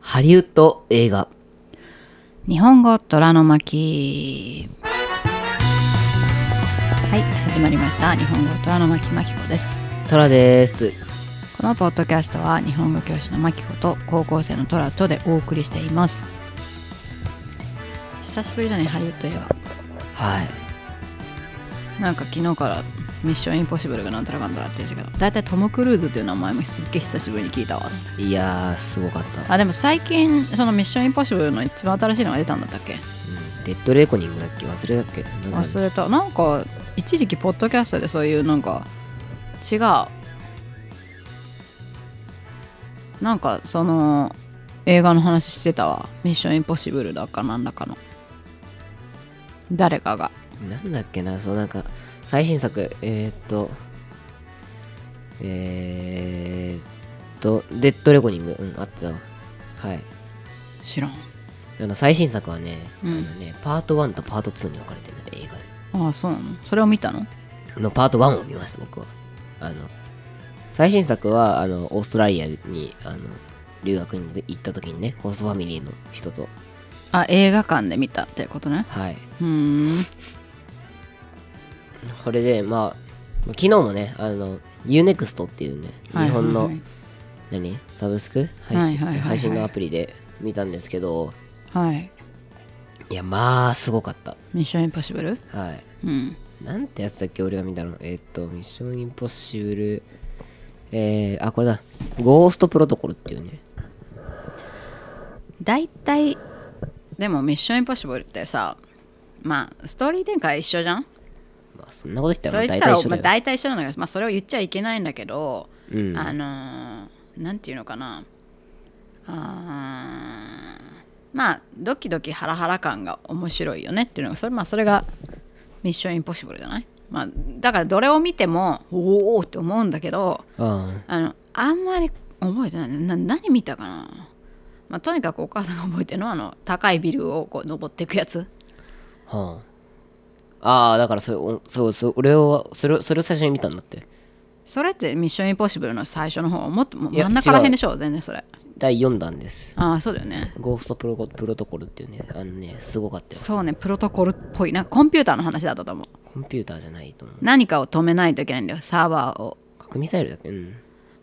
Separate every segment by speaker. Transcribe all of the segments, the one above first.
Speaker 1: ハリウッド映画
Speaker 2: 日本語虎の巻はい始まりました日本語虎の巻巻子です
Speaker 1: トラです
Speaker 2: このポッドキャストは日本語教師の巻子と高校生の虎とでお送りしています久しぶりだねハリウッド映
Speaker 1: はい
Speaker 2: 画なんか昨日からミッションインポッシブルがなんたらかんたらって言ってたけどだいたいトム・クルーズっていう名前もすっげえ久しぶりに聞いたわ
Speaker 1: いやーすごかった、
Speaker 2: あでも最近そのミッションインポッシブルの一番新しいのが出たんだったっけ
Speaker 1: うんデッドレコニングだっけ忘れたっけなんか
Speaker 2: 忘れたなんか一時期ポッドキャストでそういうなんか違うなんかその映画の話してたわ「ミッションインポッシブル」だかなんだかの誰かが
Speaker 1: なんだっけなそうなんか最新作えー、っとえー、っとデッドレコニングうんあったわはい
Speaker 2: 知らん
Speaker 1: あの最新作はね、
Speaker 2: うん
Speaker 1: あのねパート1とパート2に分かれてるの映画
Speaker 2: ああそうなのそれを見たの
Speaker 1: のパート1を見ました僕はあの最新作はあのオーストラリアにあの留学に行った時にねホストファミリーの人と
Speaker 2: あ映画館で見たってことね
Speaker 1: はいう
Speaker 2: ーん
Speaker 1: それでまあ昨日もねあの UNEXT っていうね日本の、
Speaker 2: はい
Speaker 1: 何サブスク配信,、
Speaker 2: はいはいはいはい
Speaker 1: 配信のアプリで見たんですけど
Speaker 2: はいはい、はい
Speaker 1: いやまあすごかった
Speaker 2: ミッションインポッシブル
Speaker 1: はい
Speaker 2: うん
Speaker 1: なんてやつだっけ俺が見たのえーっと、ミッションインポッシブル、えー、あ、これだ。ゴーストプロトコルっていうね。
Speaker 2: 大体でも「ミッションインポッシブル」ってさまあストーリー展開一緒じゃん
Speaker 1: まあ、そんなこと言った
Speaker 2: それ
Speaker 1: ら
Speaker 2: 言
Speaker 1: 大
Speaker 2: った
Speaker 1: 体
Speaker 2: ら
Speaker 1: 一緒
Speaker 2: ま
Speaker 1: だよ。
Speaker 2: あ大体一緒なんだけど、まあ、それを言っちゃいけないんだけど、
Speaker 1: うん
Speaker 2: あのーなんていうのかなあーまあドキドキハラハラ感が面白いよねっていうのがそれ,、まあ、それが「ミッションインポッシブル」じゃない、まあ、だからどれを見てもおおって思うんだけど
Speaker 1: うん。
Speaker 2: あのあんまり覚えてないな何見たかな、まあ、とにかくお母さんが覚えてるのはあの高いビルをこう登っていくやつ
Speaker 1: はあ、あーだからそれおそうそう俺をそれそれを最初に見たんだって
Speaker 2: それって「ミッションインポッシブル」の最初の方もっともう
Speaker 1: いや
Speaker 2: 真ん中らへんでしょ全然それ
Speaker 1: 第4弾です
Speaker 2: ああそうだよね
Speaker 1: ゴーストプロコプロトコルっていうねあのねすごかったよ
Speaker 2: そうねプロトコルっぽいなんかコンピューターの話だったと思う
Speaker 1: コンピューターじゃないと思う
Speaker 2: 何かを止めないといけないんだよサーバーを
Speaker 1: 核ミサイルだっけうん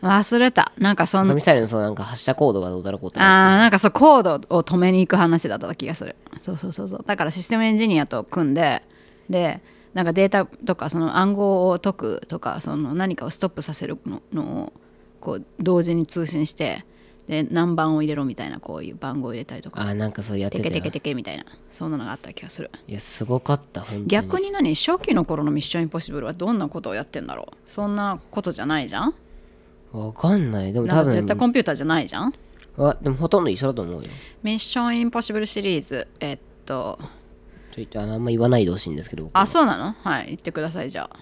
Speaker 2: 忘れたなんかそ
Speaker 1: 核
Speaker 2: の
Speaker 1: ミサイルのそのなんか発射コードがどうだろうこう
Speaker 2: あ
Speaker 1: と
Speaker 2: ーなんかそうコードを止めに行く話だった気がするそうそうそうそうだからシステムエンジニアと組んででなんかデータとかその暗号を解くとかその何かをストップさせるののをこう同時に通信してで何番を入れろみたいなこういう番号を入れたりと
Speaker 1: あ
Speaker 2: か
Speaker 1: ーなんかそうやって
Speaker 2: テ
Speaker 1: た
Speaker 2: ケ
Speaker 1: よ
Speaker 2: テケテケみたいなそんなのがあった気がする
Speaker 1: いやすごかった本当に
Speaker 2: 逆に何初期の頃の「ミッションインポッシブル」はどんなことをやってんだろうそんなことじゃないじゃん
Speaker 1: わかんないでも
Speaker 2: な
Speaker 1: 多
Speaker 2: んか絶対
Speaker 1: 分
Speaker 2: コンピューターじゃないじゃん
Speaker 1: あでもほとんど一緒だと思うよ
Speaker 2: ミッションインポッシブルシリーズえっと
Speaker 1: ちょいちょいあのあんま言わないでほしいんですけど僕は
Speaker 2: あそうなのはい言ってくださいじゃあ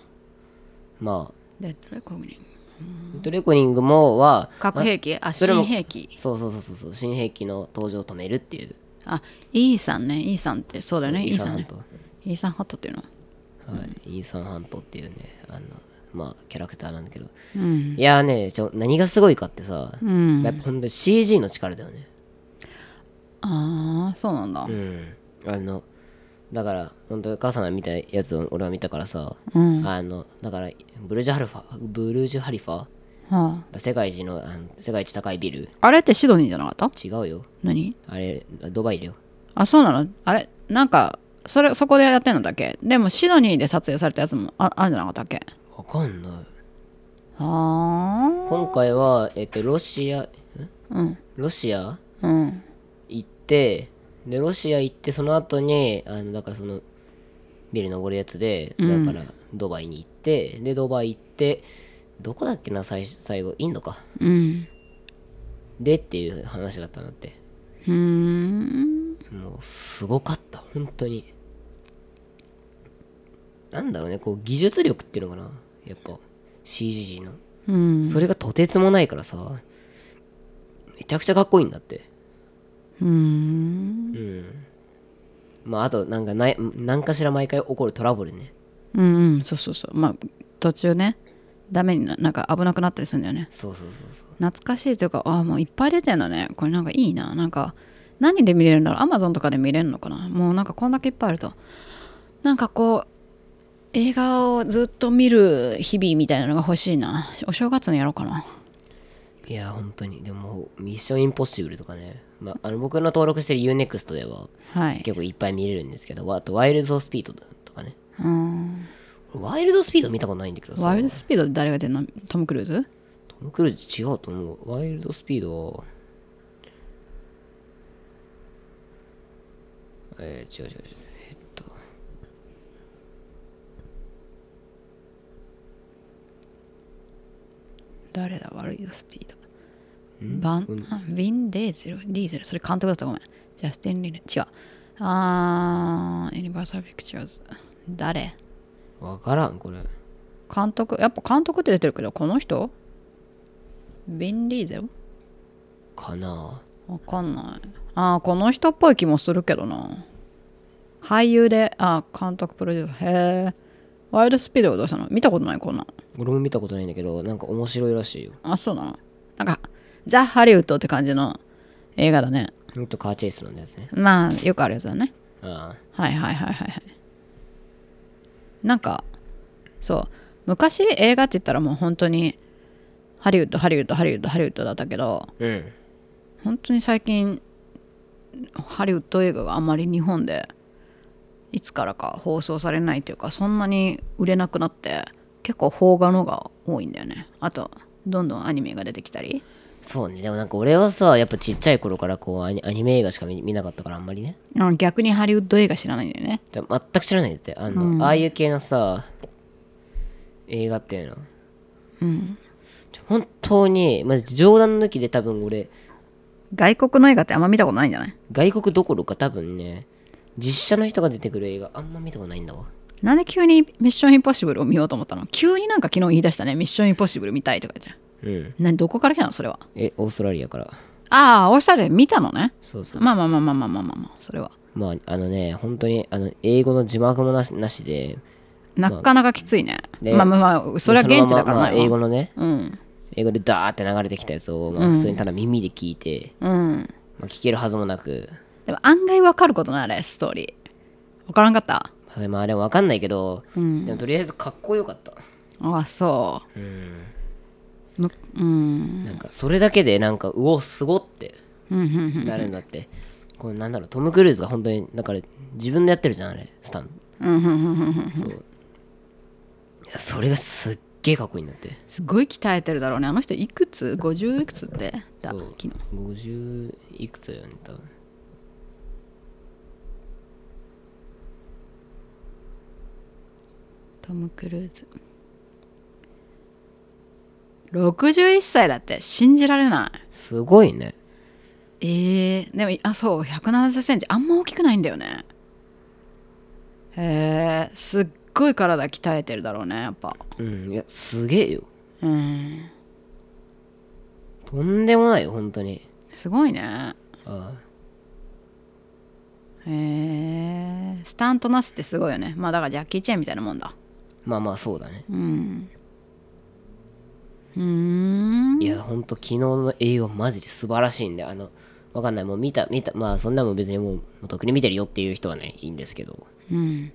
Speaker 1: ま
Speaker 2: レッドレコグニング
Speaker 1: あデッドレコニングもは
Speaker 2: 核兵器あ
Speaker 1: それも
Speaker 2: 新兵器
Speaker 1: そうそうそうそうそう新兵器の登場を止めるっていう
Speaker 2: あイーサンねイーサンってそうだよねイーサンね
Speaker 1: 半島
Speaker 2: イーサンハットっていうの
Speaker 1: はい、イーサン・ハントっていうねあのまあキャラクターなんだけど、
Speaker 2: う
Speaker 1: い
Speaker 2: ん
Speaker 1: やーねちょ何がすごいかってさ、
Speaker 2: うん
Speaker 1: やっぱほんと CG の力だよね
Speaker 2: ああそうなんだ
Speaker 1: うんあのだからほんと母さんが見たやつを俺は見たからさ、
Speaker 2: うんは
Speaker 1: あのだからブルージュハルファブルージュハリファ
Speaker 2: あ
Speaker 1: 世界一のあの世界一高いビル
Speaker 2: あれってシドニーじゃなかった
Speaker 1: 違うよ
Speaker 2: 何
Speaker 1: あれドバイだよ
Speaker 2: あそうなのあれなんかそれそこでやってんのだっけでもシドニーで撮影されたやつもああるんじゃなかったっけ
Speaker 1: わかんない
Speaker 2: は
Speaker 1: 今回はえっとロシアん
Speaker 2: あうん
Speaker 1: ロシア
Speaker 2: うん
Speaker 1: 行ってでロシア行ってその後にあのだからそのビル登るやつでだからドバイに行って、でドバイ行ってどこだっけな最最後インドか
Speaker 2: うん
Speaker 1: でっていう話だったなって
Speaker 2: うーん
Speaker 1: もうすごかった本当になんだろうねこう技術力っていうのかなやっぱ CG の
Speaker 2: うん
Speaker 1: それがとてつもないからさめちゃくちゃかっこいいんだって
Speaker 2: うん
Speaker 1: まああとなんかない何かしら毎回起こるトラブルね
Speaker 2: うんうんそうそうそうまあ途中ねダメにななんか危なくなったりするんだよね
Speaker 1: そうそうそうそう
Speaker 2: 懐かしいというかああもういっぱい出てんだねこれなんかいいななんか何で見れるんだろうアマゾンとかで見れるのかなもうなんかこんだけいっぱいあるとなんかこう映画をずっと見る日々みたいなのが欲しいなお正月にやろうかない
Speaker 1: や本当にでもミッションインポッシブルとかね、まあ、あの僕の登録してる UNEXT では
Speaker 2: はい
Speaker 1: 結構いっぱい見れるんですけどあとワイルドスピードとかね
Speaker 2: うん
Speaker 1: 俺ワイルドスピード見たことないんだけどさ
Speaker 2: ワイルドスピードで誰が出るのトム・クルーズ
Speaker 1: トム・クルーズ違うと思う。ワイルドスピードは。えー、違う違う違う。えっと。
Speaker 2: 誰だワイルドスピードバン、あヴィン・デーゼルディーゼルそれ監督だったごめんジャスティン・リネ違うあーユニバーサル・ピクチャーズ誰
Speaker 1: わからん、これ。
Speaker 2: 監督やっぱ監督って出てるけどこの人ビン・リーゼル
Speaker 1: かな
Speaker 2: わかんないあーこの人っぽい気もするけどな俳優であー監督プロデューサーへえワイルドスピードはどうしたの見たことないこんなん
Speaker 1: 俺も見たことないんだけど、なんか面白いらしいよ。
Speaker 2: あそうなのなんかザ・ハリウッドって感じの映画だね
Speaker 1: ほんとカーチェイスなんですね。
Speaker 2: まあよくあるやつだね
Speaker 1: あ
Speaker 2: はいはいはいはいはいなんかそう昔映画って言ったらもう本当にハリウッドハリウッドハリウッドハリウッドだったけど
Speaker 1: あ。うん。
Speaker 2: 本当に最近ハリウッド映画があまり日本でいつからか放送されないというかそんなに売れなくなって結構邦画のが多いんだよねあとどんどんアニメが出てきたり
Speaker 1: そうね。でもなんか俺はさ、やっぱちっちゃい頃からこうアニアニメ映画しか見見なかったからあんまりね。
Speaker 2: あ逆にハリウッド映画知らないんだよね
Speaker 1: だ全く知らないんだって。あの、ああいう系のさ、映画っていうの。
Speaker 2: うん
Speaker 1: ちょ本当に、まじ冗談抜きで多分俺、
Speaker 2: 外国の映画ってあんま見たことないんじゃない
Speaker 1: 外国どころか多分ね実写の人が出てくる映画あんま見たことないんだわ
Speaker 2: なんで急に「ミッションインポッシブル」を見ようと思ったの急になんか昨日言い出したね「ミッションインポッシブル」見たいとか言って
Speaker 1: うん
Speaker 2: 何どこから来たのそれは
Speaker 1: えオーストラリアから
Speaker 2: ああおしゃれ見たのね
Speaker 1: そうそう
Speaker 2: まあまあまあまあまあまあまあ、まあ、それは
Speaker 1: まああのね本当にあの英語の字幕もなしなしで
Speaker 2: なかなかきついね,、
Speaker 1: ね
Speaker 2: まあまあまあそれは現地だから
Speaker 1: まあまあ
Speaker 2: な
Speaker 1: 英
Speaker 2: い
Speaker 1: 語
Speaker 2: わ
Speaker 1: のね
Speaker 2: うん
Speaker 1: 英語でダーって流れてきたやつを、まあ、普通にただ耳で聞いて、
Speaker 2: うん
Speaker 1: まあ、聞けるはずもなく、
Speaker 2: でも案外わかることないあれストーリーわからんかった
Speaker 1: まあ、でもあれわかんないけど、でもとりあえずかっこよかった
Speaker 2: ああそうむうん
Speaker 1: なんかそれだけでなんかうおすごって
Speaker 2: うんうんうん
Speaker 1: なるんだってこれなんだろうトム・クルーズが本当にだから自分でやってるじゃんあれスタン
Speaker 2: うんうんうんうん
Speaker 1: そういやそれがすっげえかっこいいんだって
Speaker 2: すごい鍛えてるだろうねあの人いくつ50いくつってだ
Speaker 1: そう
Speaker 2: 昨日
Speaker 1: 50いくつだよね多分
Speaker 2: トム・クルーズ61歳だって信じられない
Speaker 1: すごいね
Speaker 2: ええでもあそう1 7 0センチあんま大きくないんだよねへえすっごい体鍛えてるだろうねやっぱ
Speaker 1: うんいやすげえよ
Speaker 2: うん
Speaker 1: とんでもないよ本当に
Speaker 2: すごいね
Speaker 1: あ
Speaker 2: へえスタントなすってすごいよねまあだからジャッキー・チェンみたいなもんだ
Speaker 1: あまあまあそうだね
Speaker 2: うんうーん
Speaker 1: いやほんと昨日の映画マジで素晴らしいんであのわかんないもう見た見たまあそんなもん別にもうもうとっくに見てるよっていう人はねいいんですけど
Speaker 2: うん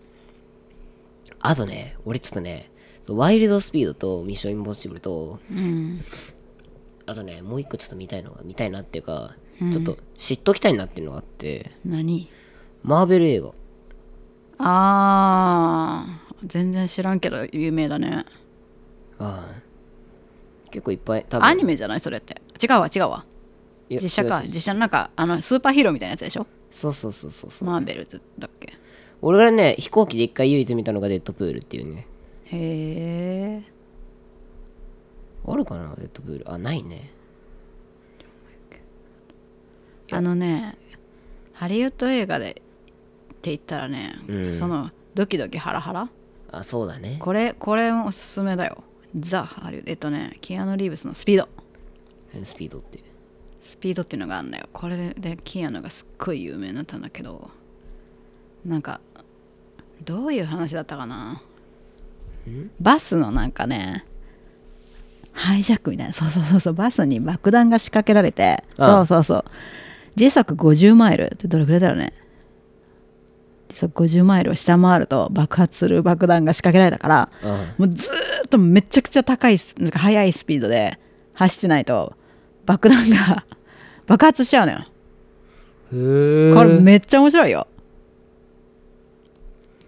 Speaker 1: あとね俺ちょっとねそうワイルドスピードとミッションインポッシブルと
Speaker 2: うん
Speaker 1: あとねもう一個ちょっと見たいのが見たいなっていうか、ちょっと知っときたいなっていうのがあって
Speaker 2: 何
Speaker 1: マーベル映画
Speaker 2: あー全然知らんけど有名だね
Speaker 1: 結構いっぱい多分
Speaker 2: アニメじゃないそれって違うわ違うわ
Speaker 1: いや
Speaker 2: 実写
Speaker 1: 違
Speaker 2: か
Speaker 1: う違う
Speaker 2: 実写のなんかあのスーパーヒーローみたいなやつでしょ
Speaker 1: そうそうそうそうそう
Speaker 2: マーベルズだっけ
Speaker 1: 俺がね飛行機で一回唯一見たのがデッドプールっていうね
Speaker 2: へえ
Speaker 1: あるかなデッドプールあないね
Speaker 2: あのねハリウッド映画でって言ったらね、
Speaker 1: うん
Speaker 2: そのドキドキハラハラ
Speaker 1: あそうだね
Speaker 2: これこれもおすすめだよザ・ハリウッドえっとねキアヌ・リーブスのスピード
Speaker 1: スピードって
Speaker 2: スピードっていうのがあるんだよこれででキアヌがすっごい有名になったんだけどなんかどういう話だったかなバスのなんかねハイジャックみたいなそうそうそうそうバスに爆弾が仕掛けられて
Speaker 1: ああ
Speaker 2: そうそうそう時速50マイルってどれくらいだろうね時速50マイルを下回ると爆発する爆弾が仕掛けられたから
Speaker 1: あ
Speaker 2: もうずーっとめちゃくちゃ高いスなんか速いスピードで走ってないと爆弾が 爆発しちゃうのよ
Speaker 1: へえ
Speaker 2: これめっちゃ面白いよ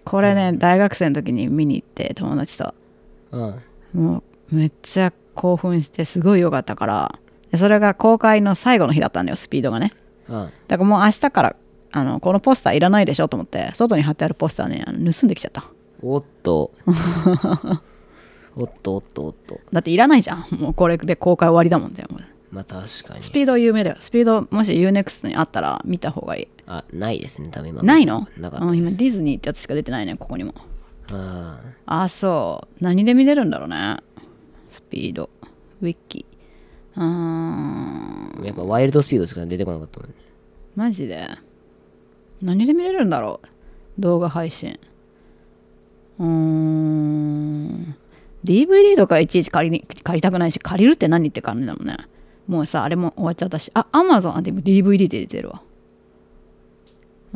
Speaker 2: これね大学生の時に見に行って友達と
Speaker 1: うん
Speaker 2: もうめっちゃ興奮してすごい良かったからでそれが公開の最後の日だったんだよスピードがね
Speaker 1: うん
Speaker 2: だからもう明日からあのこのポスターいらないでしょと思って外に貼ってあるポスターねあの盗んできちゃった
Speaker 1: おっと おっとおっとおっと
Speaker 2: だっていらないじゃんもうこれで公開終わりだもんねもう
Speaker 1: まあ確かに
Speaker 2: スピードは有名だよスピードもし UNEXT にあったら見た方がいい
Speaker 1: あないですね多分今
Speaker 2: ないの
Speaker 1: なかっ
Speaker 2: うん今ディズニーってやつしか出てないねここにも
Speaker 1: たあ
Speaker 2: あそう何で見れるんだろうねスピードウィッキーうーん
Speaker 1: あやっぱワイルドスピードしか出てこなかったもんね
Speaker 2: マジで何で見れるんだろう動画配信うーん DVD とかいちいち借りに借りたくないし借りるって何って感じだもんねもうさあれも終わっちゃったしあ Amazon あでも DVD で出てるわ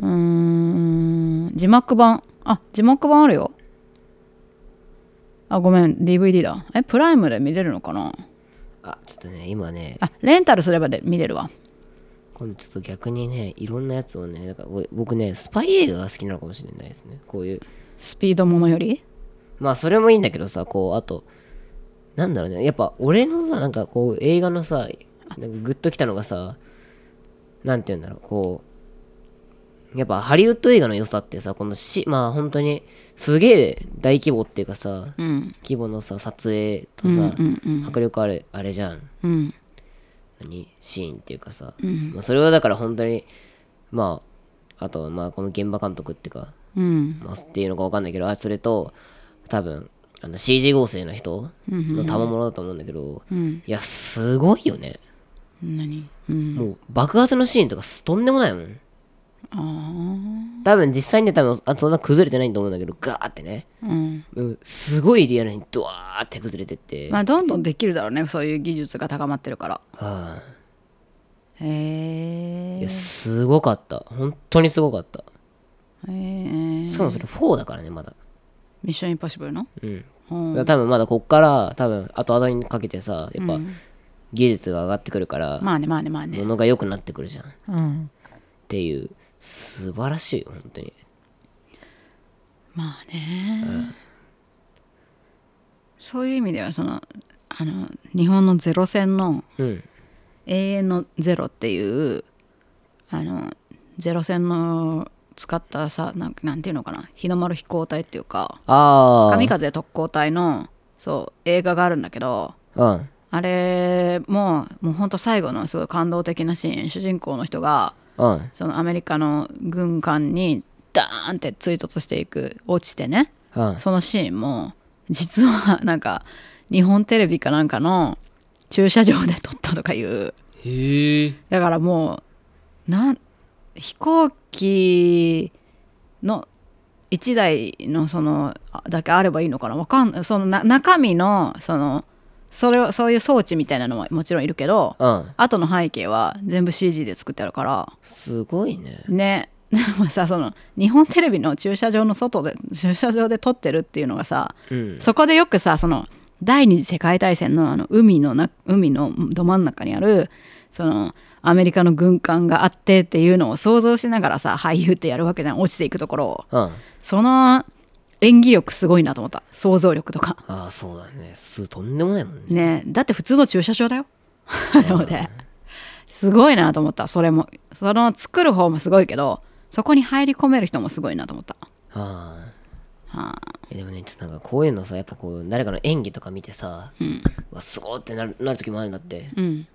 Speaker 2: うーん字幕版あ字幕版あるよあごめん DVD だえプライムで見れるのかな
Speaker 1: あちょっとね今ね
Speaker 2: あレンタルすればで見れるわ
Speaker 1: 今度ちょっと逆にねいろんなやつをねだからこう僕ねスパイ映画が好きなのかもしれないですねこういう
Speaker 2: スピードものより
Speaker 1: まあそれもいいんだけどさこうあとなんだろうねやっぱ俺のさなんかこう映画のさなんかグッときたのがさなんて言うんだろうこうやっぱハリウッド映画の良さってさこのしまあ本当にすげえ大規模っていうかさ
Speaker 2: うん
Speaker 1: 規模のさ撮影と
Speaker 2: う
Speaker 1: さ、
Speaker 2: んうんうん
Speaker 1: 迫力あるあれじゃん
Speaker 2: うん
Speaker 1: 何シーンっていうかさ、
Speaker 2: うん
Speaker 1: まあ、それはだから本当にまああとまあこの現場監督っていうか、
Speaker 2: うん
Speaker 1: まあ、っていうのかわかんないけどあそれと多分あの CG 合成の人の賜物だと思うんだけど、
Speaker 2: うん
Speaker 1: いやすごいよね、
Speaker 2: 何うん
Speaker 1: もう爆発のシーンとかすとんでもないもん
Speaker 2: ああ
Speaker 1: 多分実際にね多分あそんな崩れてないと思うんだけどガーってね、
Speaker 2: うん
Speaker 1: うん、すごいリアルにドワーって崩れてって、
Speaker 2: まあどんどんできるだろうねそういう技術が高まってるから
Speaker 1: はあ
Speaker 2: へえ
Speaker 1: いやすごかった本当にすごかった
Speaker 2: へえ
Speaker 1: しかもそれ4だからねまだ
Speaker 2: ミッションインポッシブルの
Speaker 1: うん
Speaker 2: うん
Speaker 1: だから多分まだこっから多分後々にかけてさやっぱ技術が上がってくるから、
Speaker 2: まあねまあねまあね
Speaker 1: 物が良くなってくるじゃんっ
Speaker 2: うん
Speaker 1: ていう素晴らしいよ本当に
Speaker 2: まあね、そういう意味ではそのあの日本のゼロ戦の
Speaker 1: うん
Speaker 2: 永遠のゼロっていうあのゼロ戦の使ったさなんなんていうのかな日の丸飛行隊っていうか
Speaker 1: ああ
Speaker 2: 神風特攻隊のそう映画があるんだけど
Speaker 1: うん
Speaker 2: あれももうほんと最後のすごい感動的なシーン主人公の人が
Speaker 1: うん
Speaker 2: そのアメリカの軍艦にダーンって追突していく落ちてね
Speaker 1: うん
Speaker 2: そのシーンも実はなんか日本テレビかなんかの駐車場で撮ったとかいう
Speaker 1: へえ
Speaker 2: だからもうなん飛行機の1台のそのあだけあればいいのかなわかんそのな中身のそのそれをそういう装置みたいなのはもちろんいるけど
Speaker 1: うん
Speaker 2: 後の背景は全部 CG で作ってあるから
Speaker 1: すごいね
Speaker 2: ねでもさその日本テレビの駐車場の外で駐車場で撮ってるっていうのがさ
Speaker 1: うん
Speaker 2: そこでよくさその第二次世界大戦のあの海のな海のど真ん中にあるそのアメリカの軍艦があってっていうのを想像しながらさ俳優ってやるわけじゃん落ちていくところを
Speaker 1: うんあ
Speaker 2: その演技力すごいなと思った想像力とか
Speaker 1: あそうだねすとんでもないもんね
Speaker 2: ねだって普通の駐車場だよ なのですごいなと思ったそれもその作る方もすごいけどそこに入り込める人もすごいなと思った
Speaker 1: あ
Speaker 2: はあ
Speaker 1: あでもねちょっとなんかこういうのさやっぱこう誰かの演技とか見てさ、うわすごーってなるなる時もあるんだって
Speaker 2: うん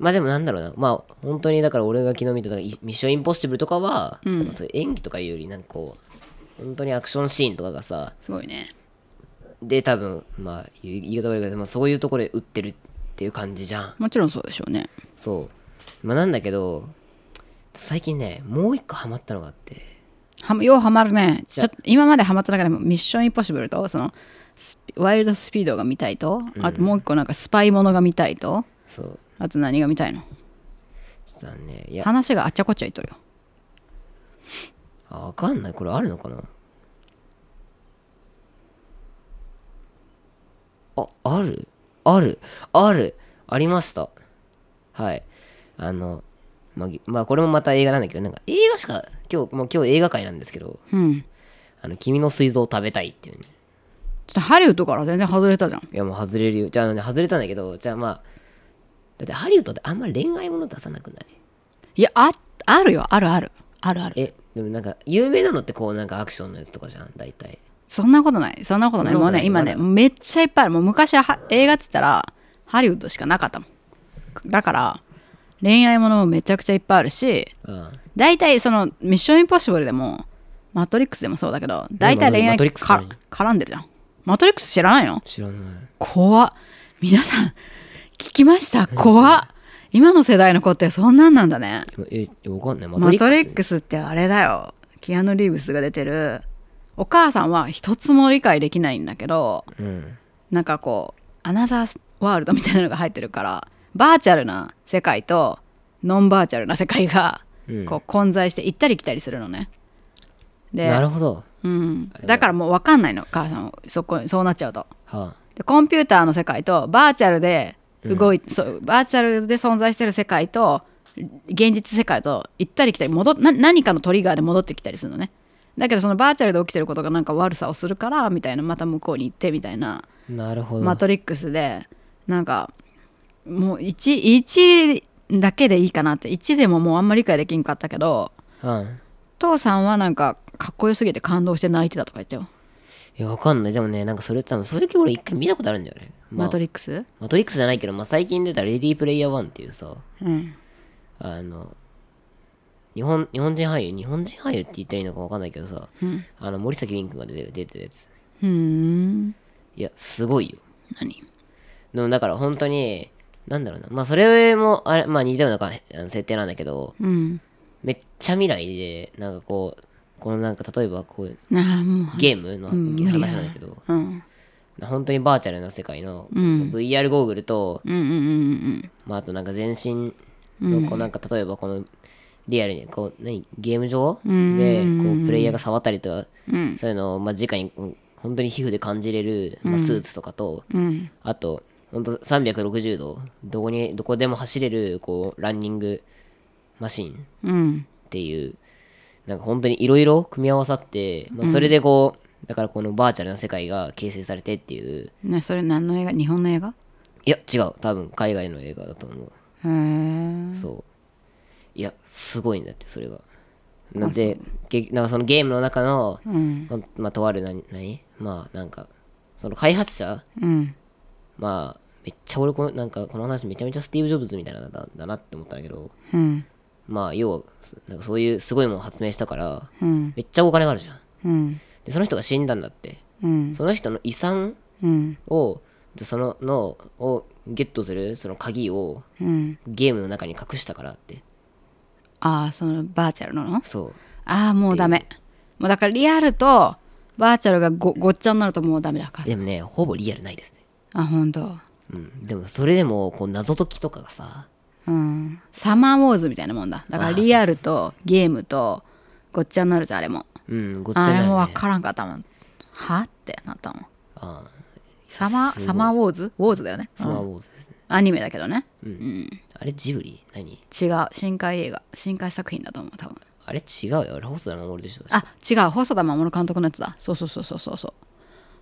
Speaker 1: まあでもなんだろうなまあ本当にだから俺が昨日見てたいミッションインポッシブルとかは、まあそういう演技とかいうよりなんかこう本当にアクションシーンとかがさ
Speaker 2: すごいね
Speaker 1: で多分まあ言い言い方悪いけど、まあ、そういうところで売ってるっていう感じじゃん
Speaker 2: もちろんそうでしょうね
Speaker 1: そうまあなんだけど最近ねもう一個ハマったのがあって
Speaker 2: はようハマるねちょっと今までハマった中でも「ミッションインポッシブルと」そのスピワイルドスピードが見たいと、あともう一個なんかスパイものが見たいと
Speaker 1: そう
Speaker 2: あと何が見たいの
Speaker 1: 実はねいや
Speaker 2: 話があっちゃこっちゃいとるよ
Speaker 1: あわかんないこれあるのかなああるあるあるありましたはいあのまあ、ぎまあ、これもまた映画なんだけどなんか映画しか今日もう今日映画界なんですけど
Speaker 2: うんちょ
Speaker 1: 「あの君の膵臓を食べたい」っていうね
Speaker 2: っとハリウッドから全然外れたじゃん
Speaker 1: いやもう外れるよじゃあね外れたんだけどじゃあまあだってハリウッドってあんま恋愛もの出さなくない
Speaker 2: いやああるよあるあるあるある
Speaker 1: えでもなんか有名なのってこうなんかアクションのやつとかじゃん大体
Speaker 2: そんなことないそんなことない
Speaker 1: そんなこ
Speaker 2: もう
Speaker 1: とない
Speaker 2: ね今ねめっちゃいっぱいあるもう昔はは映画って言ったらハリウッドしかなかったもんだから恋愛ものもめちゃくちゃいっぱいあるし
Speaker 1: うん
Speaker 2: 大体その「ミッションインポッシブル」でも「マトリックス」でもそうだけど大体恋
Speaker 1: マ
Speaker 2: 愛
Speaker 1: トリックス
Speaker 2: か
Speaker 1: 何
Speaker 2: 絡んでるじゃんマトリックス知らないの
Speaker 1: 知らない
Speaker 2: 怖っ皆さん聞きました怖っ今の世代の子ってそんなんなんだね
Speaker 1: ええわかんないマ
Speaker 2: マトリ
Speaker 1: ス
Speaker 2: ックスってあれだよキアヌ・リーブスが出てるお母さんは一つも理解できないんだけど
Speaker 1: うん
Speaker 2: なんかこうアナザーワールドみたいなのが入ってるからバーチャルな世界とノンバーチャルな世界が
Speaker 1: うん
Speaker 2: こう混在して行ったり来たりするのね。で
Speaker 1: なるほど
Speaker 2: うん、だからもう分かんないの母さんそこそうなっちゃうと。
Speaker 1: は
Speaker 2: でコンピューターの世界とバーチャルで動い、そうバーチャルで存在してる世界と現実世界と行ったり来たり戻っな何かのトリガーで戻ってきたりするのねだけどそのバーチャルで起きてることがなんか悪さをするからみたいなまた向こうに行ってみたいな
Speaker 1: あなるほど、
Speaker 2: マトリックスでなんかもう 1, 1だけでいいかなって1でももうあんまり理解できんかったけど
Speaker 1: うん
Speaker 2: 父さんはなんかかっこよすぎて感動して泣いてたとか言ったよ、
Speaker 1: いやわかんないでもねなんかそれ多分そういう系俺一回見たことあるんだよね、まあ
Speaker 2: マトリックス
Speaker 1: マトリックスじゃないけど、まあ、最近出た「レディープレイヤー1」っていうさ
Speaker 2: うん
Speaker 1: あの日本日本人俳優日本人俳優って言ったらいいのかわかんないけどさ、あの森崎ウィンクが出て出てたやつ
Speaker 2: うーん
Speaker 1: いやすごいよ
Speaker 2: 何
Speaker 1: でもだから本当になんだろうなまあそれもあれ、まあ、似たようなかあの設定なんだけど
Speaker 2: うん
Speaker 1: めっちゃ未来でなんかこうこのなんか例えばこう
Speaker 2: ああもう
Speaker 1: ゲームの
Speaker 2: うん
Speaker 1: 話
Speaker 2: 無理だ
Speaker 1: なんだけど、
Speaker 2: うん
Speaker 1: 本当にバーチャルな世界の、VR ゴーグルと、
Speaker 2: うんうんうん
Speaker 1: まあ、あとなんか全身のこうなんか例えばこのリアルにこう何ゲーム上でこうプレイヤーが触ったりとか、そういうのをまあ直にうん本当に皮膚で感じれる、まあ、スーツとかと、
Speaker 2: うんうん
Speaker 1: あと本当360度どこにどこでも走れるこうランニングマシン
Speaker 2: うん
Speaker 1: っていうなんか本当にいろいろ組み合わさって、まあ、それでこう、だからこのバーチャルな世界が形成されてっていう
Speaker 2: ねそれ何の映画日本の映画
Speaker 1: いや違う多分海外の映画だと思う、
Speaker 2: へえ
Speaker 1: そういやすごいんだってそれがなんでげなんかそのゲームの中の、
Speaker 2: うん
Speaker 1: ほんまあ、とある何何まあなんかその開発者
Speaker 2: うん
Speaker 1: まあめっちゃ俺このなんかこの話めちゃめちゃスティーブ・ジョブズみたいなのだだなって思ったんだけど
Speaker 2: うん
Speaker 1: まあ要はすなんかそういうすごいものを発明したから
Speaker 2: うん
Speaker 1: めっちゃお金があるじゃん
Speaker 2: うん
Speaker 1: でその人が死んだんだって
Speaker 2: うん
Speaker 1: その人の遺産
Speaker 2: うん
Speaker 1: をでそののをゲットするその鍵を
Speaker 2: うん
Speaker 1: ゲームの中に隠したからって
Speaker 2: ああそのバーチャルのの
Speaker 1: そう
Speaker 2: ああもうダメもうだからリアルとバーチャルがごごっちゃになるともうダメだから
Speaker 1: でもねほぼリアルないですね
Speaker 2: あ本当。
Speaker 1: うんでもそれでもこう謎解きとかがさ
Speaker 2: うんサマーウォーズみたいなもんだだからリアルとゲームとごっちゃになるじゃんあれも
Speaker 1: うんごっちゃに
Speaker 2: あ
Speaker 1: な
Speaker 2: れ
Speaker 1: る
Speaker 2: も
Speaker 1: ね
Speaker 2: 分からんかったもんはってなったもん
Speaker 1: ああ
Speaker 2: サマーサマーウォーズウォーズだよね
Speaker 1: スマーウォーズですね
Speaker 2: アニメだけどね
Speaker 1: あれジブリ何
Speaker 2: 違う深海映画深海作品だと思う多分
Speaker 1: あれ違うよあれ細田守でしょ
Speaker 2: あ違う細田守監督のやつだそうそうそうそうそうそう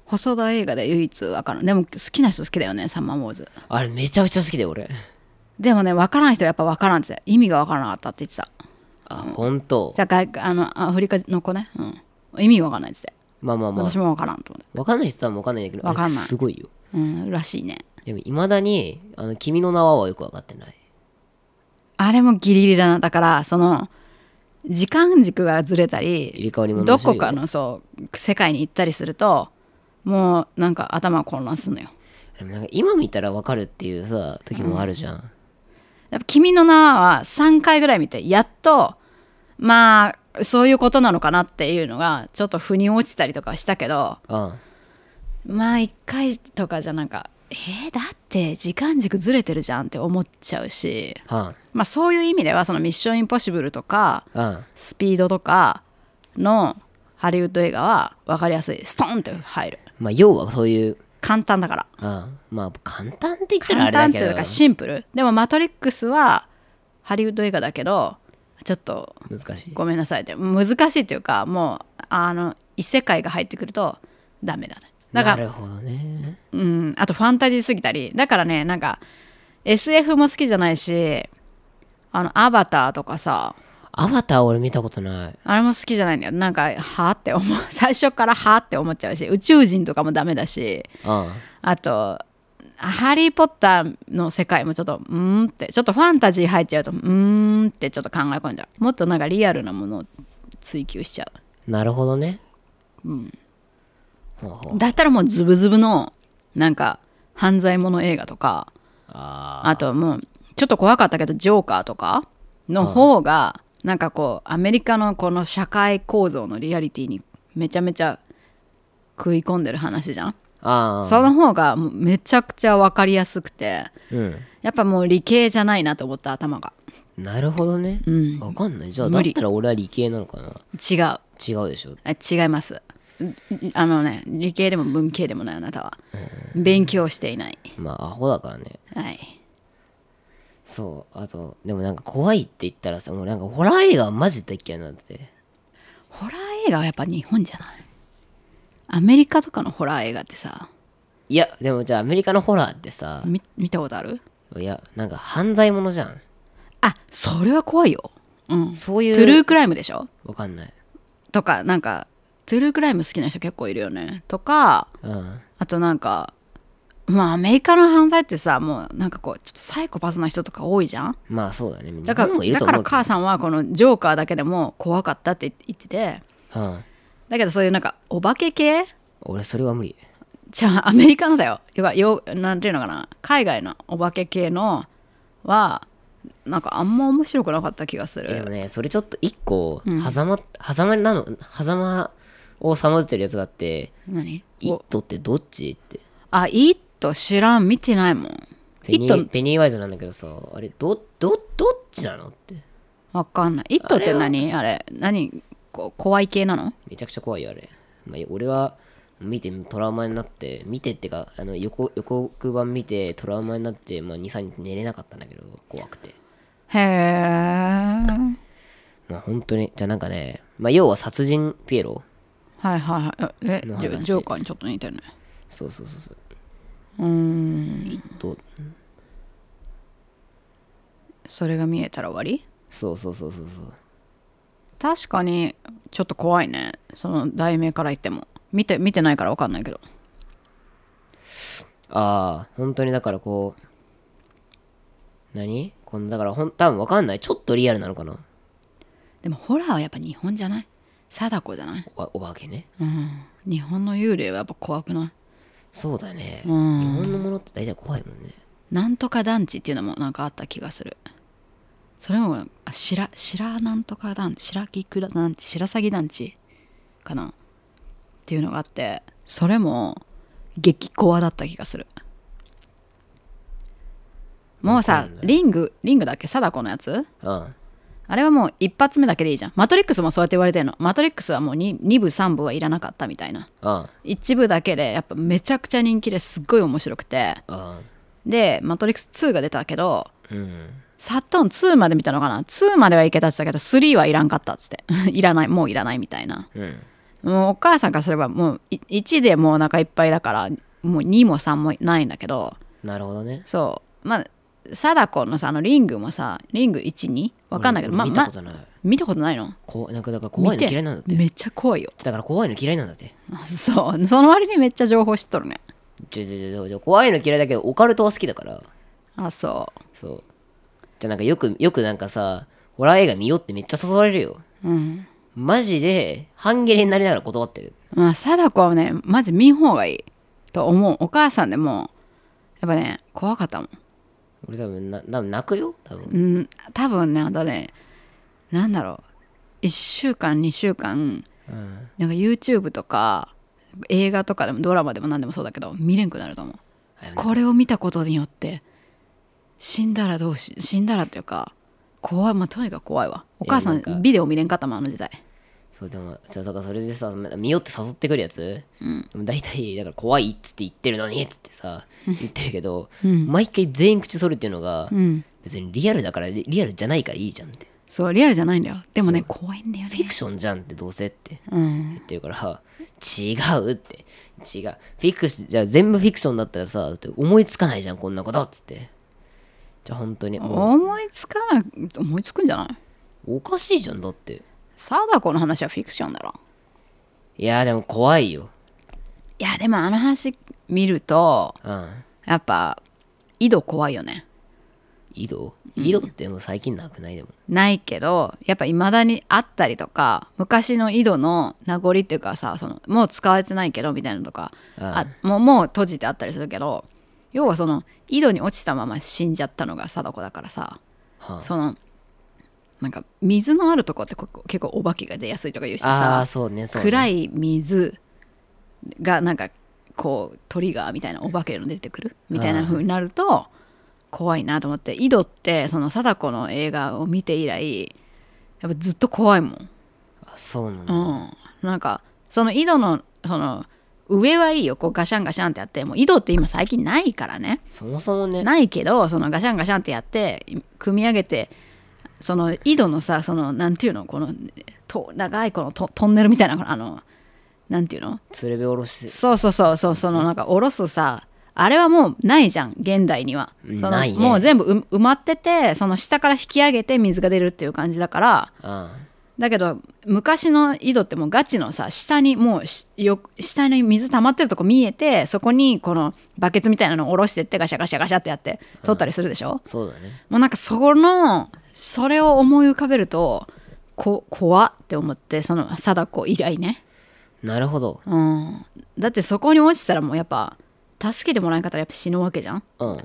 Speaker 2: 細田映画で唯一分からんでも好きな人好きだよねサマーウォーズ
Speaker 1: あれめちゃくちゃ好きだよ 俺
Speaker 2: でもね分からん人はやっぱ分からんって言ってた意味が分からなかったって言ってた
Speaker 1: あ本当
Speaker 2: じゃあ外あのアフリカの子ね、うん、意味分かんないって言って
Speaker 1: まあまあ
Speaker 2: た
Speaker 1: まあ
Speaker 2: 私も分からんと思って
Speaker 1: わかんない人はわかんないんだけど
Speaker 2: わかんない
Speaker 1: あれすごいよ
Speaker 2: うん、らしいね
Speaker 1: でもいまだにあの君の名ははよくわかってない
Speaker 2: あれもギリギリだなだからその時間軸がずれた
Speaker 1: 入
Speaker 2: り
Speaker 1: れ替わりも
Speaker 2: どこかのそう世界に行ったりするともうなんか頭が混乱するのよ
Speaker 1: でもなんか今見たらわかるっていうさ時もあるじゃん、
Speaker 2: やっぱ君の名は3回ぐらい見てやっとまあそういうことなのかなっていうのがちょっと腑に落ちたりとかはしたけど
Speaker 1: あ
Speaker 2: まあ1回とかじゃなんかえーだって時間軸ずれてるじゃんって思っちゃうし
Speaker 1: は
Speaker 2: まあそういう意味ではその「ミッションインポッシブル」とか
Speaker 1: んうん
Speaker 2: 「スピード」とかのハリウッド映画は分かりやすいストンって入る
Speaker 1: まあ要はそういう
Speaker 2: 簡単だから
Speaker 1: うんまあ簡単って言ったらあ
Speaker 2: 簡
Speaker 1: れだ
Speaker 2: 単って
Speaker 1: け
Speaker 2: い
Speaker 1: ど
Speaker 2: うかシンプルでも「マトリックス」はハリウッド映画だけどちょっと
Speaker 1: 難しい
Speaker 2: ごめんなさいで難しいっていうかもうあの異世界が入ってくるとダメだねだから
Speaker 1: なるほどね
Speaker 2: うん、あとファンタジーすぎたりだからねなんか SF も好きじゃないしあのアバターとかさ
Speaker 1: アバター俺見たことない
Speaker 2: あれも好きじゃないんだよなんかはあって思う 最初からはあって思っちゃうし宇宙人とかもダメだし
Speaker 1: うん
Speaker 2: あと「ハリー・ポッター」の世界もちょっとうーんってちょっとファンタジー入っちゃうとうーんってちょっと考え込んじゃうもっとなんかリアルなものを追求しちゃう
Speaker 1: なるほどねうんほうほう
Speaker 2: だったらもうズブズブのなんか犯罪者映画とか
Speaker 1: あ
Speaker 2: あともうちょっと怖かったけどジョーカーとかの方がなんかこうアメリカのこの社会構造のリアリティにめちゃめちゃ食い込んでる話じゃん
Speaker 1: ーあ
Speaker 2: その方がもうめちゃくちゃ分かりやすくて
Speaker 1: ーうん
Speaker 2: やっぱもう理系じゃないなと思った頭が
Speaker 1: なるほどね、
Speaker 2: うん
Speaker 1: わかんないじゃあだ
Speaker 2: 無
Speaker 1: っ
Speaker 2: 理
Speaker 1: たら俺は理系なのかな
Speaker 2: 違うあ
Speaker 1: 違うでしょ
Speaker 2: 違いますんあのね理系でも文系でもないあなたは勉強していない
Speaker 1: まあアホだからね
Speaker 2: はい
Speaker 1: そうあとでもなんか怖いって言ったらさもうなんかホラー映画はマジで嫌いになってて
Speaker 2: ホラー映画はやっぱ日本じゃないアメリカとかのホラー映画ってさ
Speaker 1: いやでもじゃあアメリカのホラーってさ
Speaker 2: み見たことある
Speaker 1: いやなんか犯罪者じゃん
Speaker 2: あそれは怖いよ、うん、
Speaker 1: そう
Speaker 2: トゥル
Speaker 1: いう
Speaker 2: ークライムでしょ
Speaker 1: わかんない
Speaker 2: とかなんかトゥルークライム好きな人結構いるよねとか
Speaker 1: うん
Speaker 2: あとなんかまあアメリカの犯罪ってさもうなんかこうちょっとサイコパスな人とか多いじゃん
Speaker 1: まあそうだねみんな
Speaker 2: だか
Speaker 1: 日本もい
Speaker 2: ら
Speaker 1: ると
Speaker 2: だか
Speaker 1: 思
Speaker 2: ら
Speaker 1: うけど
Speaker 2: 母さんはこのジョーカーだけでも怖かったって言ってて
Speaker 1: うん
Speaker 2: だけどそういうなんかお化け系
Speaker 1: 俺それは無理
Speaker 2: じゃあアメリカのだよ要はよなんていうのかな海外のお化け系のはなんかあんま面白くなかった気がす
Speaker 1: いやでも
Speaker 2: る
Speaker 1: ねそれちょっと一個狭間狭間なの狭間をさまってるやつがあって
Speaker 2: 何
Speaker 1: 「イット!」ってどっちって
Speaker 2: あ、イット知らん、見てないもん。
Speaker 1: ペ
Speaker 2: イ
Speaker 1: ニ
Speaker 2: ッ
Speaker 1: ー
Speaker 2: ト、
Speaker 1: ペニーワイズなんだけどさあれどどどっちなのって
Speaker 2: わかんない。イットって何あれ、何こ怖い系なの
Speaker 1: めちゃくちゃ怖いよあれ、まあ、俺は見てトラウマになって見てってかあの横予告版見てトラウマになって、まあ、23日寝れなかったんだけど怖くて
Speaker 2: へえ。
Speaker 1: まあ本当にじゃあなんかね、まあ、要は殺人ピエロ
Speaker 2: はいはいはい。え、
Speaker 1: の
Speaker 2: ジョ
Speaker 1: 話
Speaker 2: ジョーカーにちょっと似てるね。
Speaker 1: そうそうそうそう
Speaker 2: うーん。
Speaker 1: ど
Speaker 2: それが見えたら終わり
Speaker 1: そうそうそうそうそう
Speaker 2: 確かに、ちょっと怖いね。その題名から言っても。見て、見てないからわかんないけど。
Speaker 1: ああ本当にだからこう何こんだからほん多分わかんないちょっとリアルなのかな
Speaker 2: でもホラーはやっぱ日本じゃない貞子じゃない
Speaker 1: おお化けね
Speaker 2: うん。日本の幽霊はやっぱ怖くない
Speaker 1: そうだね、
Speaker 2: うん
Speaker 1: 日本のものって大体怖いもんね
Speaker 2: なんとか団地っていうのもなんかあった気がするそれもあ白白なんとか団地白菊団地白鷺団地かなっていうのがあってそれも激コアだった気がするもうさリングリングだっけ貞子のやつ
Speaker 1: うん
Speaker 2: あれはもう一発目だけでいいじゃんマトリックスもそうやって言われてるのマトリックスはもう 2, 2部3部はいらなかったみたいな
Speaker 1: うん
Speaker 2: 1部だけでやっぱめちゃくちゃ人気ですっごい面白くて
Speaker 1: うん
Speaker 2: で「マトリックス2」が出たけど
Speaker 1: うん
Speaker 2: サトン2まで見たのかな2まではいけたって言ってたけど3はいらんかったっつって いらないもういらないみたいな
Speaker 1: うん
Speaker 2: もうお母さんからすればもうい1でもうお腹いっぱいだからもう2も3もないんだけど
Speaker 1: なるほどね
Speaker 2: そうまあ貞子のさあのリングもさリング12わかんないけど
Speaker 1: 俺
Speaker 2: ま
Speaker 1: 見たこ
Speaker 2: ま
Speaker 1: とない、
Speaker 2: 見たことないの
Speaker 1: こうなんかだから怖いの嫌いなんだって
Speaker 2: めっちゃ怖いよ
Speaker 1: だから怖いの嫌いなんだって
Speaker 2: そうその割にめっちゃ情報知っとるね
Speaker 1: ちょちょちょちょ怖いの嫌いだけどオカルトは好きだから
Speaker 2: あそ
Speaker 1: そうじゃあなんかよくよくなんかさホラー映画見ようってめっちゃ誘われるよ
Speaker 2: ううん
Speaker 1: マジで半切れになりながら断ってる
Speaker 2: まあ貞子はねマジ見ん方がいいと思うお母さんでもやっぱね怖かったもん
Speaker 1: 俺多分な多分泣くよ多分
Speaker 2: うん多分ねあとねなんだろう1週間2週間
Speaker 1: うん
Speaker 2: なんか YouTube とか映画とかでもドラマでも何でもそうだけど見れんくなると思う
Speaker 1: あの
Speaker 2: これを見たことによって死んだらどうし死んだらっていうか怖いまあとにかく怖いわお母さ
Speaker 1: いやなんか
Speaker 2: んビデオ見れんかったもんあの時代
Speaker 1: そうでもそうそうかそれでさ見よって誘ってくるやつ、うん、大体だから怖いっつって言ってるのにっつってさ言ってるけど、毎回全員口そるっていうのが、
Speaker 2: うん
Speaker 1: 別にリアルだからリリアルじゃないからいいじゃんって
Speaker 2: そうリアルじゃないんだよでもね怖いんだよ
Speaker 1: フィ
Speaker 2: ね
Speaker 1: クションじゃんってどうせって
Speaker 2: うん
Speaker 1: 言ってるから、違うって違うフィクシじゃあ全部フィクションだったらさだって思いつかないじゃんこんなことっつってじゃあ本当にも
Speaker 2: 思いつかな思いつくんじゃないう
Speaker 1: おかしいじゃんだって
Speaker 2: 貞子の話はフィクションだろ
Speaker 1: いやでも怖いよ
Speaker 2: いやでもあの話見ると
Speaker 1: うん
Speaker 2: やっぱ井戸怖いよね
Speaker 1: 井戸井戸ってもう最近なくないでも
Speaker 2: ないけどやっぱいまだにあったりとか昔の井戸の名残っていうかさそのもう使われてないけどみたいなのとかあもうもう閉じてあったりするけど要はその井戸に落ちたまま死んじゃったのが貞子だからさ
Speaker 1: はあ
Speaker 2: そのなんか水のあるとこってこ結構お化けが出やすいとか言うし
Speaker 1: あ
Speaker 2: さ
Speaker 1: あ、そうね、そうね。
Speaker 2: 暗
Speaker 1: い。
Speaker 2: い水がなんかこうトリガーみたいなお化けの出てくるみたいな風になると怖いなと思って井戸ってその貞子の映画を見て以来やっぱずっと怖いもん、
Speaker 1: あそうなん
Speaker 2: う
Speaker 1: だ。
Speaker 2: ん、なんかその井戸のその上はいいよこうガシャンガシャンってやってもう井戸って今最近ないからね
Speaker 1: そもそもね、
Speaker 2: ないけどそのガシャンガシャンってやって組み上げてその井戸のさそのなんていうのこのと長いこのトトンネルみたいなこのあのなんていうの
Speaker 1: つれべおろし、
Speaker 2: そうそうそうそうそのなんか下ろすさあれはもうないじゃん現代には
Speaker 1: うん
Speaker 2: その
Speaker 1: ないね
Speaker 2: もう全部う埋まっててその下から引き上げて水が出るっていう感じだから
Speaker 1: あ
Speaker 2: だけど昔の井戸ってもうガチのさ下にもうしよ下に水溜まってるとこ見えてそこにこのバケツみたいなのを下ろしてってガシャガシャガシャってやって取ったりするでしょ、
Speaker 1: そうだね。
Speaker 2: もうなんかそこのそれを思い浮かべるとこ怖って思ってその貞子以来ね、
Speaker 1: なるほど。
Speaker 2: うん、だってそこに落ちたらもうやっぱ助けてもらえんかったらやっぱ死ぬわけじゃん
Speaker 1: うん。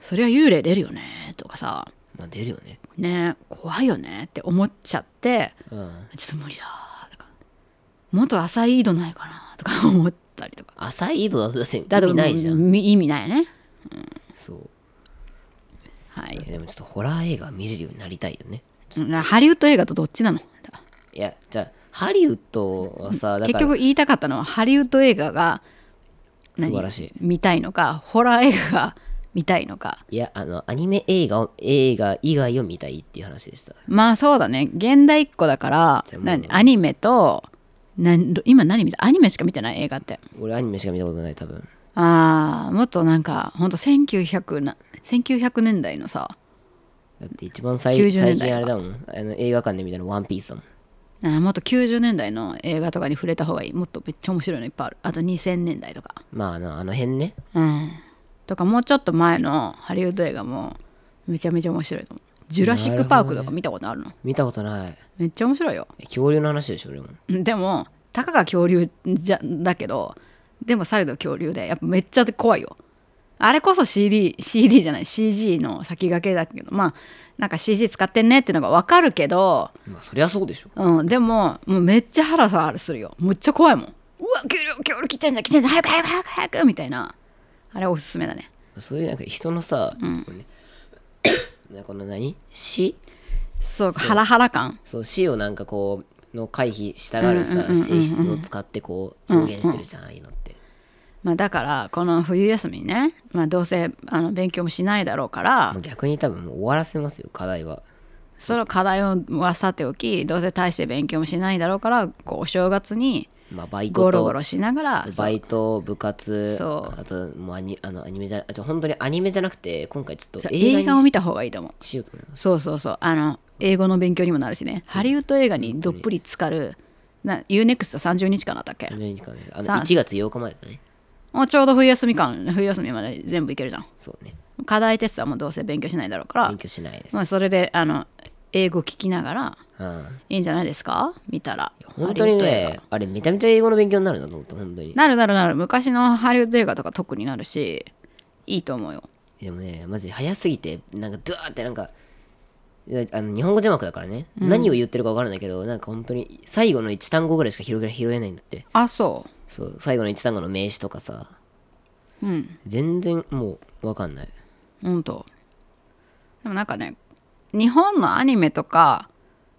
Speaker 2: そりゃ幽霊出るよねとかさ
Speaker 1: まあ、出るよね。
Speaker 2: ね怖いよねって思っちゃって
Speaker 1: うん。
Speaker 2: ちょっと無理だとかもっと浅い井戸ないかなとか 思ったりとか
Speaker 1: 浅い井戸だとだって意
Speaker 2: だと
Speaker 1: 味ないじゃん。
Speaker 2: み意味ないよね
Speaker 1: そう。
Speaker 2: は
Speaker 1: い
Speaker 2: い
Speaker 1: やでもちょっとホラー映画見れるようになりたいよね。
Speaker 2: うんハリウッド映画とどっちなの
Speaker 1: いや、じゃあ、ハリウッドはさ、だか
Speaker 2: 結
Speaker 1: ら、
Speaker 2: 局言いたかったのはハリウッド映画が何
Speaker 1: 素晴らしい
Speaker 2: 見たいのかホラー映画が見たいのか
Speaker 1: いや、あの、アニメ映画を、映画以外を見たいっていう話でした。
Speaker 2: まあそうだね現代っ子だから
Speaker 1: じゃあもう
Speaker 2: 何アニメとなんど今何見たアニメしか見てない映画って
Speaker 1: 俺、アニメしか見たことない、多分。
Speaker 2: あーもっとなんかほんと1900な1900年代のさ
Speaker 1: だって一番最
Speaker 2: 90
Speaker 1: 最
Speaker 2: 年代
Speaker 1: 近あれだもん。あの映画館で見たのワンピースだもん。
Speaker 2: あーもっと90年代の映画とかに触れた方がいいもっとめっちゃ面白いのいっぱいあるあと2000年代とか
Speaker 1: まあ、あのあの辺ね。
Speaker 2: うんとかもうちょっと前のハリウッド映画もめちゃめちゃ面白いと思うジュラシック・パークとか見たことあるの
Speaker 1: 見たことない。
Speaker 2: めっちゃ面白いよ
Speaker 1: 恐竜の話でしょ、俺も。
Speaker 2: でもたかが恐竜じゃだけどでもされど恐竜でやっぱめっちゃ怖いよあれこそ CD, CD じゃない CG の先駆けだけどまあなんか CG 使ってんねっていうのが分かるけど、
Speaker 1: まあそりゃそうでしょ
Speaker 2: うん、でももうめっちゃハラハラするよむっちゃ怖いもんうわ恐竜恐竜来てんじゃん来てんじゃん早く早く早く早くみたいなあれおすすめだね
Speaker 1: そういうなんか人のさ、こうねなんかこの何死
Speaker 2: そうハラハラ感
Speaker 1: そう死をなんかこうの回避したがるさ、性質を使ってこう表現してるじゃん、ああいうのって
Speaker 2: まあだからこの冬休みね、まあ、どうせあの勉強もしないだろうから
Speaker 1: もう逆に多分もう終わらせますよ課題は
Speaker 2: その課題はさておきどうせ大して勉強もしないだろうからこうお正月に
Speaker 1: まあバイトと
Speaker 2: ゴロゴロしながら
Speaker 1: バイト部活
Speaker 2: そう
Speaker 1: あともうアニあのアニメじゃあちょ本当にアニメじゃなくて今回ちょっと
Speaker 2: そう
Speaker 1: 映
Speaker 2: 映
Speaker 1: 画
Speaker 2: 画
Speaker 1: に
Speaker 2: を
Speaker 1: し
Speaker 2: 見た方がいいと思う
Speaker 1: しようと思います
Speaker 2: そうそうそうあの英語の勉強にもなるしねハリウッド映画にどっぷり浸かるな UNEXT30 日間だったっけ
Speaker 1: 30日間ですあの
Speaker 2: さあ
Speaker 1: 1月8日までだね
Speaker 2: もうちょうど冬休み間冬休みまで全部いけるじゃん
Speaker 1: そうね
Speaker 2: 課題テストはもうどうせ勉強しないだろうから
Speaker 1: 勉強しないです、
Speaker 2: まあそれであの英語聞きながら
Speaker 1: うん
Speaker 2: いいんじゃないですか見たら
Speaker 1: 本当に
Speaker 2: ハリウッド映画
Speaker 1: ねあれめちゃめちゃ英語の勉強になるんだと思った本当に
Speaker 2: なるなるなる昔のハリウッド映画とか特になるしいいと思うよ
Speaker 1: でもねマジ早すぎてなんかドゥワーってなんかいやあの日本語字幕だからね、何を言ってるか分からないけどなんか本当に最後の1単語ぐらいしか拾え拾えないんだって
Speaker 2: あそ
Speaker 1: そう最後の一単語の名詞とかさ
Speaker 2: うん
Speaker 1: 全然もう分かんない
Speaker 2: 本当でもなんかね日本のアニメとか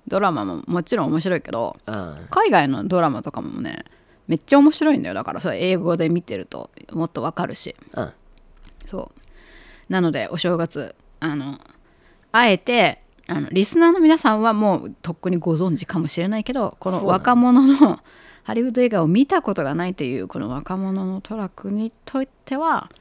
Speaker 2: ドラマももちろん面白いけど
Speaker 1: あ
Speaker 2: 海外のドラマとかもねめっちゃ面白いんだよだからそれ英語で見てるともっとわかるし
Speaker 1: ああ
Speaker 2: そうなのでお正月あのあえてあのリスナーの皆さんはもうとっくにご存知かもしれないけどこ
Speaker 1: そ
Speaker 2: の
Speaker 1: うなの
Speaker 2: 若者のハリウッド映画を見たことがないというこの若者のトラックにとっては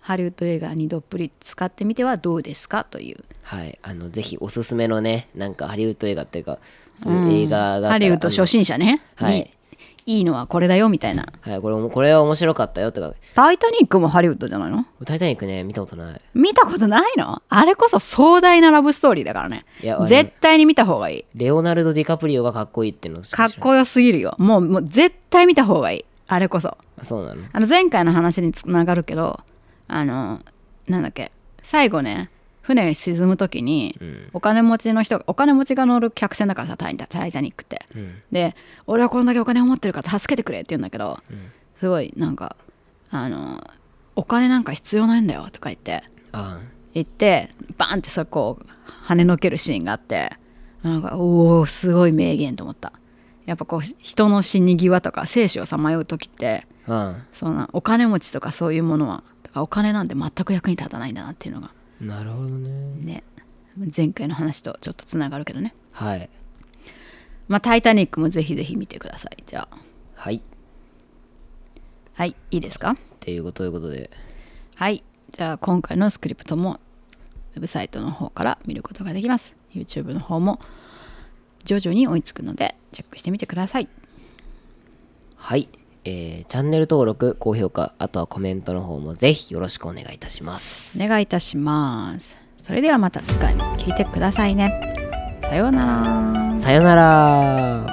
Speaker 2: ハリウッド映画にどっぷり使ってみてはどうですかという
Speaker 1: はいあのぜひおすすめのねなんかハリウッド映画っていうかそういう映画があ
Speaker 2: ハ
Speaker 1: ったら
Speaker 2: リウッド初心者ね、
Speaker 1: あのはい
Speaker 2: にいいのはこれだよみたいな
Speaker 1: あのはいこれもこれは面白かったよとか
Speaker 2: 「タイタニック」もハリウッドじゃないの
Speaker 1: 「タイタニック」ね見たことない
Speaker 2: 見たことないのあれこそ壮大なラブストーリーだからね
Speaker 1: いやあの
Speaker 2: 絶対に見た方がいい
Speaker 1: レオナルド・ディカプリオがかっこいいっていうの
Speaker 2: かっ
Speaker 1: い
Speaker 2: こよすぎるよもうもう絶対見た方がいいあれこそ
Speaker 1: いそうなの
Speaker 2: あの前回の話につながるけどあのなんだっけ最後ね船に沈む時に、お金持ちの人がお金持ちが乗る客船だからさタイタタイタニックって、で俺はこんだけお金を持ってるから助けてくれって言うんだけど、すごいなんかあのお金なんか必要ないんだよとか言って
Speaker 1: あ
Speaker 2: 行ってバーンってそこを跳ねのけるシーンがあってなんかおおすごい名言と思ったやっぱこう人の死に際とか生死をさまよう時って
Speaker 1: ああ
Speaker 2: そんなお金持ちとかそういうものはとかお金なんて全く役に立たないんだなっていうのが
Speaker 1: あなるほどね
Speaker 2: ね前回の話とちょっとつながるけどね
Speaker 1: はい
Speaker 2: まあ「タイタニック」もぜひぜひ見てくださいじゃあ
Speaker 1: はい
Speaker 2: はいいいですか
Speaker 1: っていうことということで
Speaker 2: はいじゃあ今回のスクリプトもウェブサイトの方から見ることができます YouTube の方も徐々に追いつくのでチェックしてみてください
Speaker 1: はい、えー、チャンネル登録高評価あとはコメントの方もぜひよろしくお願いいたします
Speaker 2: お願いいたしますそれではまた次回も聞いてくださいねさようなら
Speaker 1: さよなら